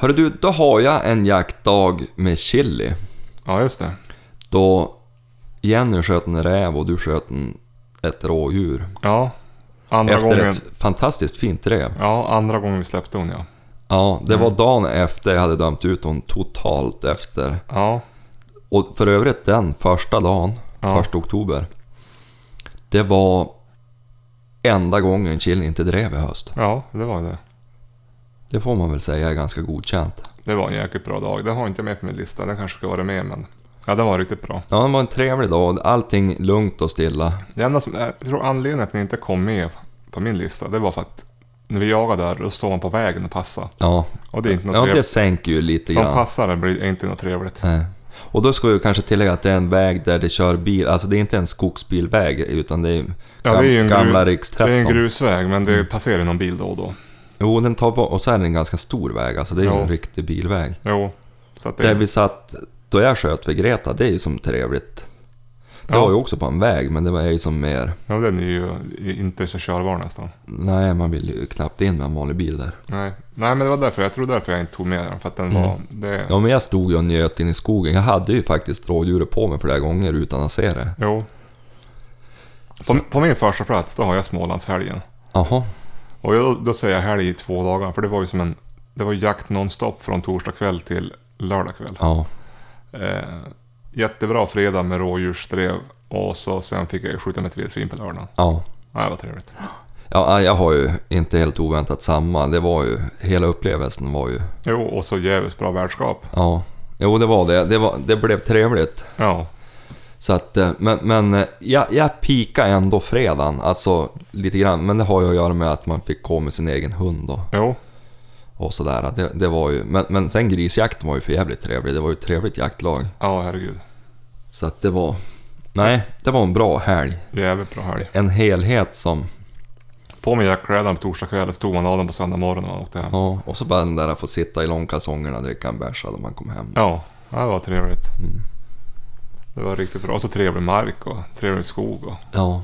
Hörru du, då har jag en jaktdag med chili. Ja, just det. Då Jenny sköt en räv och du sköt en, ett rådjur. Ja. Andra efter gången. ett fantastiskt fint räv. Ja, andra gången vi släppte hon ja. Ja, det Mm. var dagen efter jag hade dömt ut hon totalt efter. Ja. Och för övrigt den första dagen, Ja. första oktober. Det var enda gången Chili inte drev i höst. Ja, det var det. Det får man väl säga är ganska godkänt. Det var en jäkligt bra dag. Den har inte med på min lista. Den kanske ska vara med men... Ja, den var riktigt bra. Ja, det var en trevlig dag. Allting lugnt och stilla. Det enda som, jag tror anledningen att ni inte kom med på min lista, det var för att när vi jagade där, då står man på vägen och passar. Ja, Och det är inte något ja det trevligt. sänker ju lite Som grann. passare blir det inte något trevligt. Nej. Och då ska vi kanske tillägga att det är en väg där det kör bil. Alltså det är inte en skogsbilväg utan det är, Ja, det är ju en, gamla gru, riks 13. det är en grusväg, men det Mm. passerar någon bil då och då. Jo, den tar på, och så är det en ganska stor väg. Alltså det är ju Ja. en riktig bilväg. Jo, så att det... Där vi satt, då jag sköt vid Greta, det är ju som trevligt. Det ja, var ju också på en väg, men det var ju som mer... ja, den är ju inte så körbar nästan. Nej, man vill ju knappt in med en vanlig bil där. Nej. Nej, men det var därför. Jag tror därför jag inte tog med den, för att den Mm. var... Det, Ja, men jag stod ju och njöt in i skogen. Jag hade ju faktiskt rådjuret på mig flera gånger utan att se det. Jo. På, Så- på min första plats, då har jag Smålandshelgen. Jaha. Och jag, då säger jag helg i två dagar, för det var ju som en... Det var ju jakt nonstop från torsdag kväll till lördag kväll. Ja. Eh, jättebra fredag med rådjursdrev och så sen fick jag ju skjuta med ett vildsvin på lördagen. Ja. Nej, vad trevligt. Ja, jag har ju inte helt oväntat samma. Det var ju, hela upplevelsen var ju... Jo, och så jävligt bra värdskap. Ja. Jo, det var det. Det, var, det blev trevligt. Ja, Så att, eh, men, men eh, jag, jag pika ändå fredagen, alltså lite grann. Men det har ju att göra med att man fick gå med sin egen hund då, jo, och sådär. Det, det var ju, men, men sen grisjakten var ju för jävligt trevlig. Det var ju ett trevligt jaktlag. ja herregud. Så att det var... Nej, det var en bra helg. Jävligt bra helg. En helhet som... På med jackkläderna på torsdag kväll, så tog man av dem på söndag morgon när man åkte hem. Ja, och så bara den där att få sitta i långkalsongerna och dricka en bärs när man kom hem. Ja, ja, det var trevligt. Mm. Det var riktigt bra. Och så trevlig mark och trevlig skog och... Ja.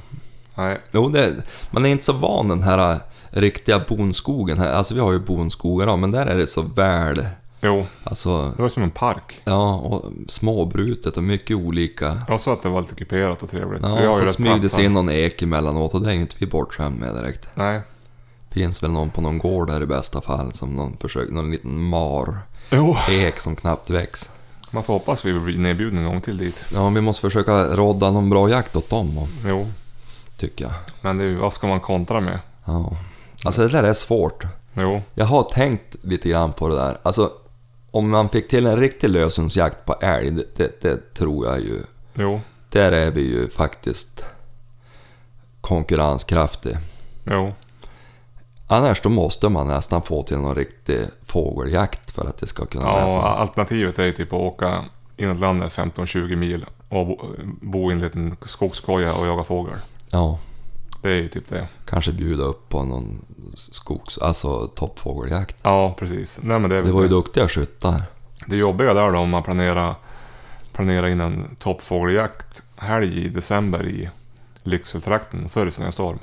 Nej, Jo, det, man är inte så van den här eh, riktiga bonskogen här. Alltså vi har ju bonskogar då, men där är det så väl... jo, Alltså det var som en park. Ja, och småbrutet och mycket olika. Och så att det var lite kuperat och trevligt. Vi har Ja, ju och så rätt smyg platta. sig in någon ek emellanåt och det är ju inte vi bortskämda med direkt. Nej. Finns väl någon på någon gård där i bästa fall som någon försöker, någon liten mar-ek Jo, som knappt väcks. man får hoppas vi blir nedbjudna en gång till dit. Ja, vi måste försöka rodda någon bra jakt åt dem, då, Jo, tycker jag. men det, är ju- vad ska man kontra med? Ja. Alltså det där är svårt. Jo, Jag har tänkt lite grann på det där. Alltså, om man fick till en riktig lösensjakt på älg, det, det, det tror jag ju. jo, Där är vi ju faktiskt konkurrenskraftig. jo. Annars då måste man nästan få till någon riktig fågeljakt för att det ska kunna mäta Ja, sig. alternativet är ju typ att åka inåt landet 15-20 mil och bo, bo i en liten skogskoja och jaga fågel. Ja, Det är ju typ det. kanske bjuda upp på någon skogs... Alltså toppfågeljakt. Ja, precis. Nej, men det, är väl Det var ju det. duktiga skyttar. det jobbiga där då om man planerar, planerar in en toppfågeljakt helg i december i Lyckseletrakten så är det snöstorm.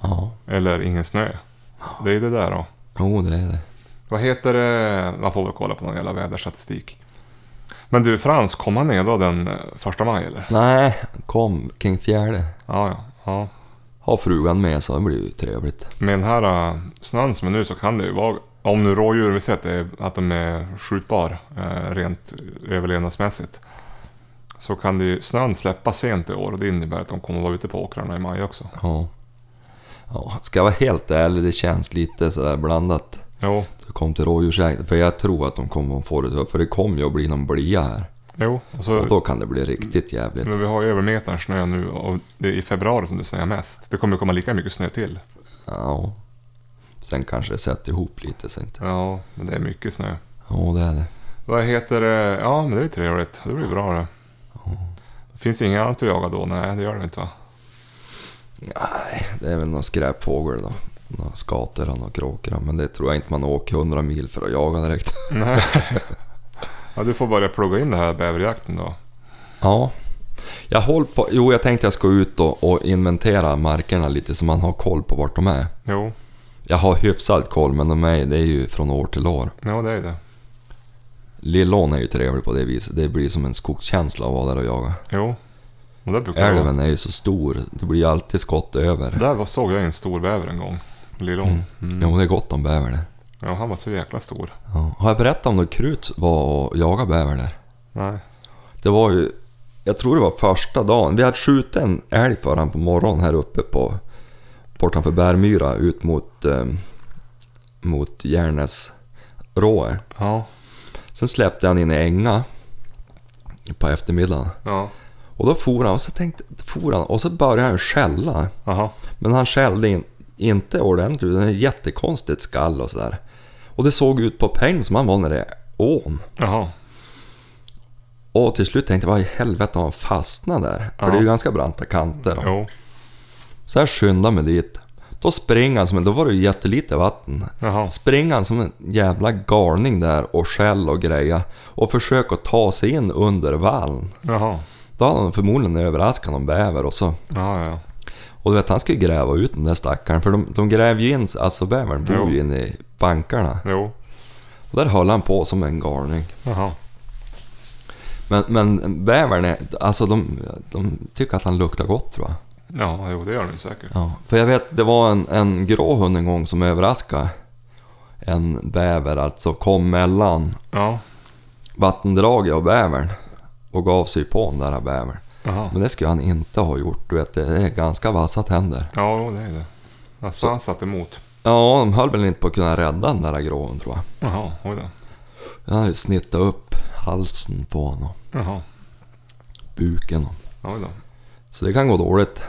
Ja, Eller ingen snö. Det är det där då. jo det är det. Vad heter det? Man får väl kolla på någon jävla väderstatistik. Men du Frans, kom han ner då den eh, första maj eller? Nej, kom kring fjärde. Ja, ja. ja. Ha frugan med så det blir ju trevligt. Med den här eh, snön som är nu så kan det ju vara... Om nu rådjuren vi sett är att de är skjutbar eh, rent överlevnadsmässigt. Så kan det ju snön släppa sent i år och det innebär att de kommer vara ute på åkrarna i maj också. Ja. ja. Ska jag vara helt ärlig, det känns lite sådär blandat. Jo, Så kom till rådjursjakt, för jag tror att de kommer att få det tufft, för det kommer ju att bli någon blia här. jo. Och så, Och då kan det bli riktigt jävligt. men vi har ju över metern snö nu och det är i februari som det snöar mest. Det kommer ju komma lika mycket snö till. Ja. Sen kanske det sätter ihop lite så inte. Ja, men det är mycket snö. Ja, det är det. Vad heter det? Ja, men det är ju trevligt. Det blir bra det. Finns det inget annat att jaga då? Nej, det gör det inte va? Det är väl någon skräpfågel då. Några skator och några kråkor. Men det tror jag inte man åker 100 mil för att jaga direkt. *laughs* *laughs* Nej. ja, du får börja plugga in det här bäverjakten då. Ja. Jag håller på... Jo, jag tänkte jag ska ut och, och inventera markerna lite så man har koll på vart de är. Jo, Jag har hyfsat koll, men de är, det är ju från år till år. Ja, det är det. Lillån är ju trevlig på det viset. Det blir som en skogskänsla att vara där och jaga. Jo. Och där brukar det vara. Älven är ju så stor. Det blir ju alltid skott över. Där var, såg jag en stor bäver en gång. Lillån. Mm. Mm. Jo, det är gott om bäver där. Ja, han var så jäkla stor. Ja. Har jag berättat om då Krut var och jagade bäver där? Nej. Det var ju... Jag tror det var första dagen. Vi hade skjutit en älg för han på morgonen här uppe på... Bortanför Bärmyra ut mot... Eh, mot Järnäs råer. Ja. Sen släppte han in i Änga på eftermiddagen. Ja. Och då for han och så tänkte... For han, och så började han skälla. Aha. Men han skällde in, inte ordentligt utan ett jättekonstigt skall och sådär. Och det såg ut på peng som han var när det är ån. Jaha. Och till slut tänkte jag, vad i helvete har han fastnat där? För Ja. det är ju ganska branta kanter. Jo. Så jag skyndade mig dit. Då springer han som en, då var det ju jättelite vatten. Jaha. Springer han som en jävla galning där och skäll och greja och försöker att ta sig in under vallen. Jaha. Då hade han förmodligen överraskat någon bäver och så... Ja, ja. Och du vet, han ska ju gräva ut den där stackaren för de, de gräver ju in, alltså bävern bor ju Jo. inne i bankarna. Jo. Och där höll han på som en galning. Jaha. Men, men bävern, är, alltså de, de tycker att han luktar gott tror jag. Ja, jo, det gör den säkert. Ja, för jag vet, det var en, en grå hund en gång som överraskade en bäver, alltså kom mellan Ja. vattendraget och bävern och gav sig på den där bävern. Jaha. Men det skulle han inte ha gjort, du vet, det är ganska vassa tänder. Ja, jo, det är det. Alltså, han satt emot. Ja, de höll väl inte på att kunna rädda den där gråen tror jag. Jaha, oj då. Jag hade snittat upp halsen på honom, Jaha. buken och... Oj då. Så det kan gå dåligt.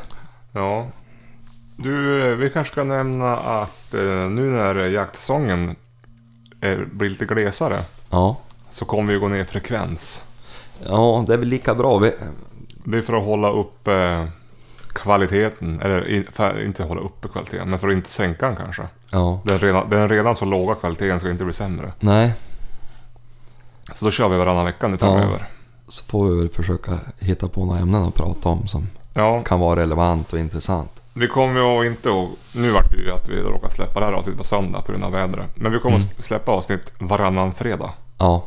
Ja. Du, eh, vi kanske ska nämna att eh, nu när jaktsäsongen är, blir lite glesare Ja. så kommer vi gå ner i frekvens. ja, det är väl lika bra. Vi... Det är för att hålla upp eh, kvaliteten, eller i- för, inte hålla uppe kvaliteten, men för att inte sänka den kanske. Ja. Den redan, den redan så låga kvaliteten ska inte bli sämre. Nej, Så då kör vi varannan vecka nu framöver. så får vi väl försöka hitta på några ämnen att prata om som Ja, kan vara relevant och intressant. vi kommer ju att inte att... Nu vart det ju att vi råkade släppa det här avsnittet på söndag på grund av vädret. Men vi kommer att släppa avsnitt varannan fredag. Ja,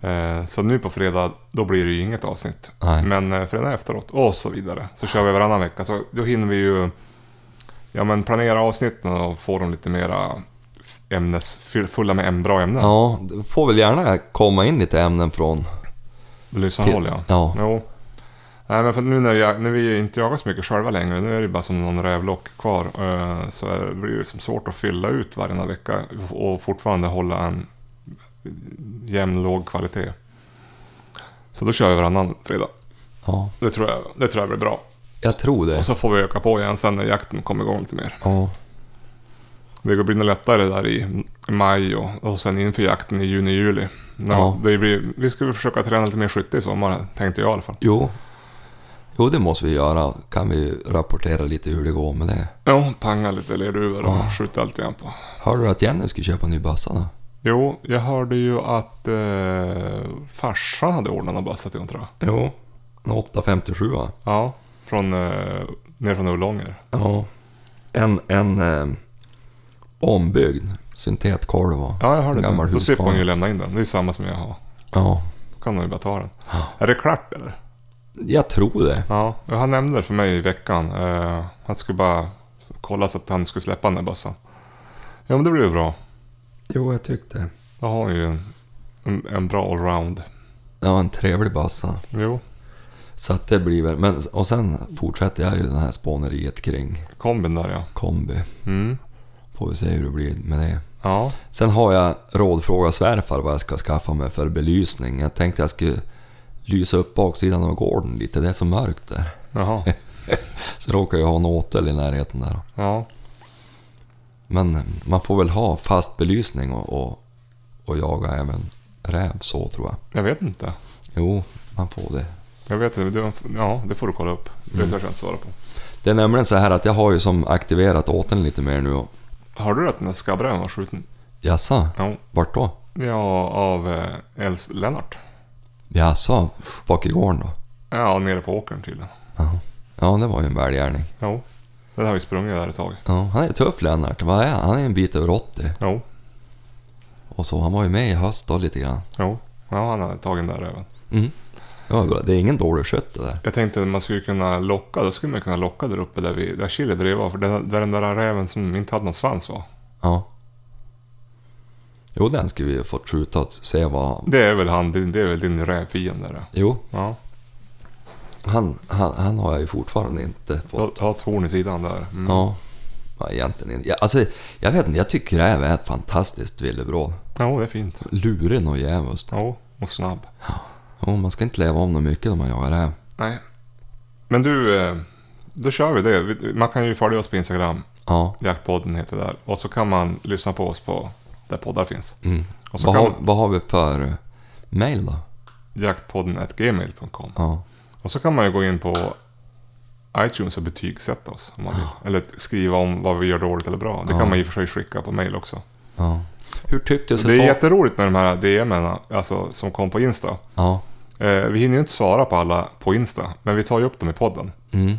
Eh, så nu på fredag, då blir det ju inget avsnitt. nej. Men eh, fredag efteråt och så vidare. Så kör vi varannan vecka. Så då hinner vi ju ja, men planera avsnitten och få dem lite mera f- ämnes, fyll- fulla med en bra ämnen. Ja, det får väl gärna komma in lite ämnen från... Lyssnarhåll ja. Ja, Jo. Nej, men för nu när, jag, när vi inte jagar så mycket själva längre, nu är det bara som någon rävlock kvar. eh, Så är- blir det som svårt att fylla ut varje vecka och fortfarande hålla en jämn, låg kvalitet. Så då kör vi varannan fredag. ja, Det tror jag, det tror jag blir bra. jag tror Och det. så får vi öka på igen sen när jakten kommer igång lite mer. Ja, Det blir nog lättare där i maj och, och sen inför jakten i juni, juli. Men Ja. det blir, vi skulle försöka träna lite mer skytte i sommar, tänkte jag i alla fall. jo. Jo, det måste vi göra. Kan vi rapportera lite hur det går med det. Ja, panga lite lerduvor och Ja. skjuta allt igen på. Hörde du att Jenny skulle köpa en ny bössa då? Jo, jag hörde ju att eh, farsan hade ordnat någon bössa till hon tror jag. Jo. En 857 va? Ja, från, eh, ner från Ullånger. Ja. En, en eh, ombyggd syntetkolv va? Ja, jag hörde Gammal det. Då slipper hon ju Husqvarna. lämna in den. Det är samma som jag har. Ja. Då kan hon ju bara ta den. Ja. Är det klart eller? Jag tror det. Ja, han nämnde det för mig i veckan. Eh, han skulle bara kolla så att han skulle släppa den där bössan. Ja, men det blir ju bra. Jo, jag tyckte Då har han ju en, en, en bra allround. Ja, en trevlig bössa. Jo, Så att det blir väl... Men, och sen fortsätter jag ju det här spåneriet kring kombin där ja. kombi. Mm. Får vi se hur det blir med det. Ja, Sen har jag rådfråga svärfar vad jag ska skaffa mig för belysning. Jag tänkte jag skulle lysa upp baksidan av gården lite. Det är så mörkt där. jaha. *laughs* Så råkar jag ha en åtel i närheten där. Ja, Men man får väl ha fast belysning och, och, och jaga även räv så tror jag. jag vet inte. Jo, man får det. Jag vet inte. Det, ja, det får du kolla upp. Det törs jag inte svara på. Det är nämligen så här att jag har ju som aktiverat åteln lite mer nu. och- Hörde du att den där skabbrädan var skjuten? Jaså, Ja, vart då? ja av eh, Els Lennart. Jaså, bak i gården då? Ja, nere på åkern tydligen. Ja, det var ju en välgärning. Jo. Den har ju sprungit där ett tag. Ja, han är tuff Lennart. Vad är han? Han är en bit över 80. Jo, Och så, han var ju med i höst då lite grann. jo. Ja, han har tagit den där även. Det var bra. Det är ingen dålig skött det där. Jag tänkte att man skulle kunna locka, då skulle man kunna locka där uppe där, vi, där Chile drev var. För den, där den där räven som inte hade någon svans var. Ja. Jo, den skulle vi fått skjuta och se vad... Det är väl han, det det är väl din rävfiende där. Jo, Ja, han, han, han har jag ju fortfarande inte fått. ta, ta ett horn i sidan där. Mm. Ja. ja egentligen inte. Ja, alltså, jag vet inte, jag tycker räv är ett fantastiskt villebråd. Jo, det är fint. Lurig och djävulskt. Jo, och snabb. Jo, man ska inte leva om dem mycket om man jagar räv. Nej. Men du, eh, då kör vi det. Vi- Man kan ju följa oss på Instagram. Ja. Jaktpodden heter det där. Och så kan man lyssna på oss på där poddar finns. Mm. Och så Vad, kan har, man, vad har vi för eh, mail då? jaktpodden at gmail.com. Ja. Och så kan man ju gå in på iTunes och betygsätta oss om man vill. Eller skriva om vad vi gör dåligt eller bra. Det Ja. kan man i och för sig skicka på mail också. ja. Hur tyckte du Det är säsongen? jätteroligt med de här DM'erna alltså, som kom på Insta. Ja. Eh, vi hinner ju inte svara på alla på Insta, men vi tar ju upp dem i podden. Mm.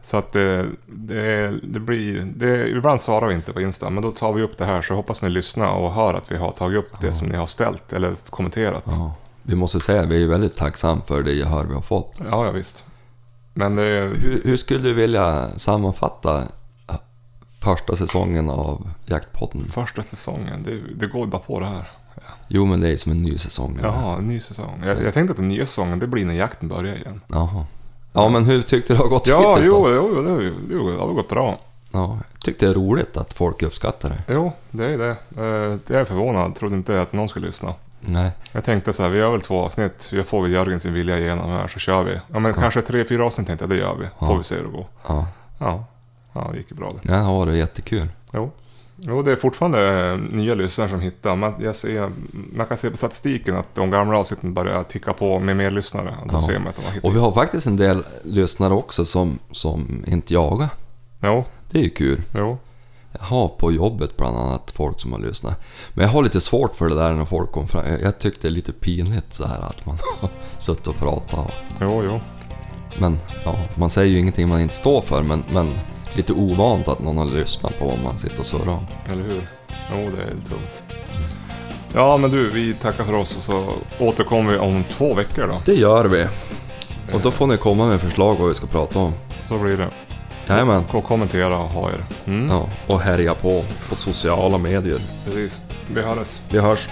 Så att eh, det, det blir... Det, ibland svarar vi inte på Insta, men då tar vi upp det här. Så jag hoppas ni lyssnar och hör att vi har tagit upp det som ni har ställt eller kommenterat. Ja, ja. Vi måste säga att vi är ju väldigt tacksamma för det gehör vi har fått. ja, visst. Men det, Hur, hur skulle du vilja sammanfatta eh, första säsongen av Jaktpodden? första säsongen, det, det går ju bara på det här. Jo, men det är ju som en ny säsong. nu. Jaha, en ny säsong. Jag, jag tänkte att den nya säsongen, det blir när jakten börjar igen. Jaha. Ja, men hur tyckte du det har gått Ja, hittills jo, då? jo, jo, det, jo, det har väl gått bra. Ja, jag tyckte det är roligt att folk uppskattar det. Jo, det är det. Eh, Jag är förvånad, trodde inte att någon skulle lyssna. Nej. jag Jag tänkte så här, vi gör väl två avsnitt, jag får väl Jörgen sin vilja igenom här så kör vi. Ja men kanske tre, fyra avsnitt tänkte jag, det gör vi. Får vi se hur det går. Ja, Ja, ja det gick ju bra det. jag har det jättekul. Jo. jo, det är fortfarande eh, nya lyssnare som hittar. Man, jag ser, man kan se på statistiken att de gamla avsnitten börjar ticka på med mer lyssnare. Då Ja. ser man att de har hittat. Och vi har faktiskt en del lyssnare också som, som inte jagar. Jo, Det är ju kul. jo. Jag har på jobbet bland annat folk som har lyssnat. Men jag har lite svårt för det där när folk kom fram. Jag- Jag tyckte det är lite pinigt så här att man *laughs* har suttit och pratat. Jo, jo. Men ja, man säger ju ingenting man inte står för. Men, men lite ovant att någon har lyssnat på vad man sitter och surrar om. Eller hur? Jo, det är helt tungt. Ja, men du, vi tackar för oss och så återkommer vi om två veckor då. Det gör vi. Och då får ni komma med förslag vad vi ska prata om. Så blir det. Jajamän. Kom- Kommentera och ha er. Mm, Ja, och härja på på sociala medier. precis. Vi hörs. Vi hörs.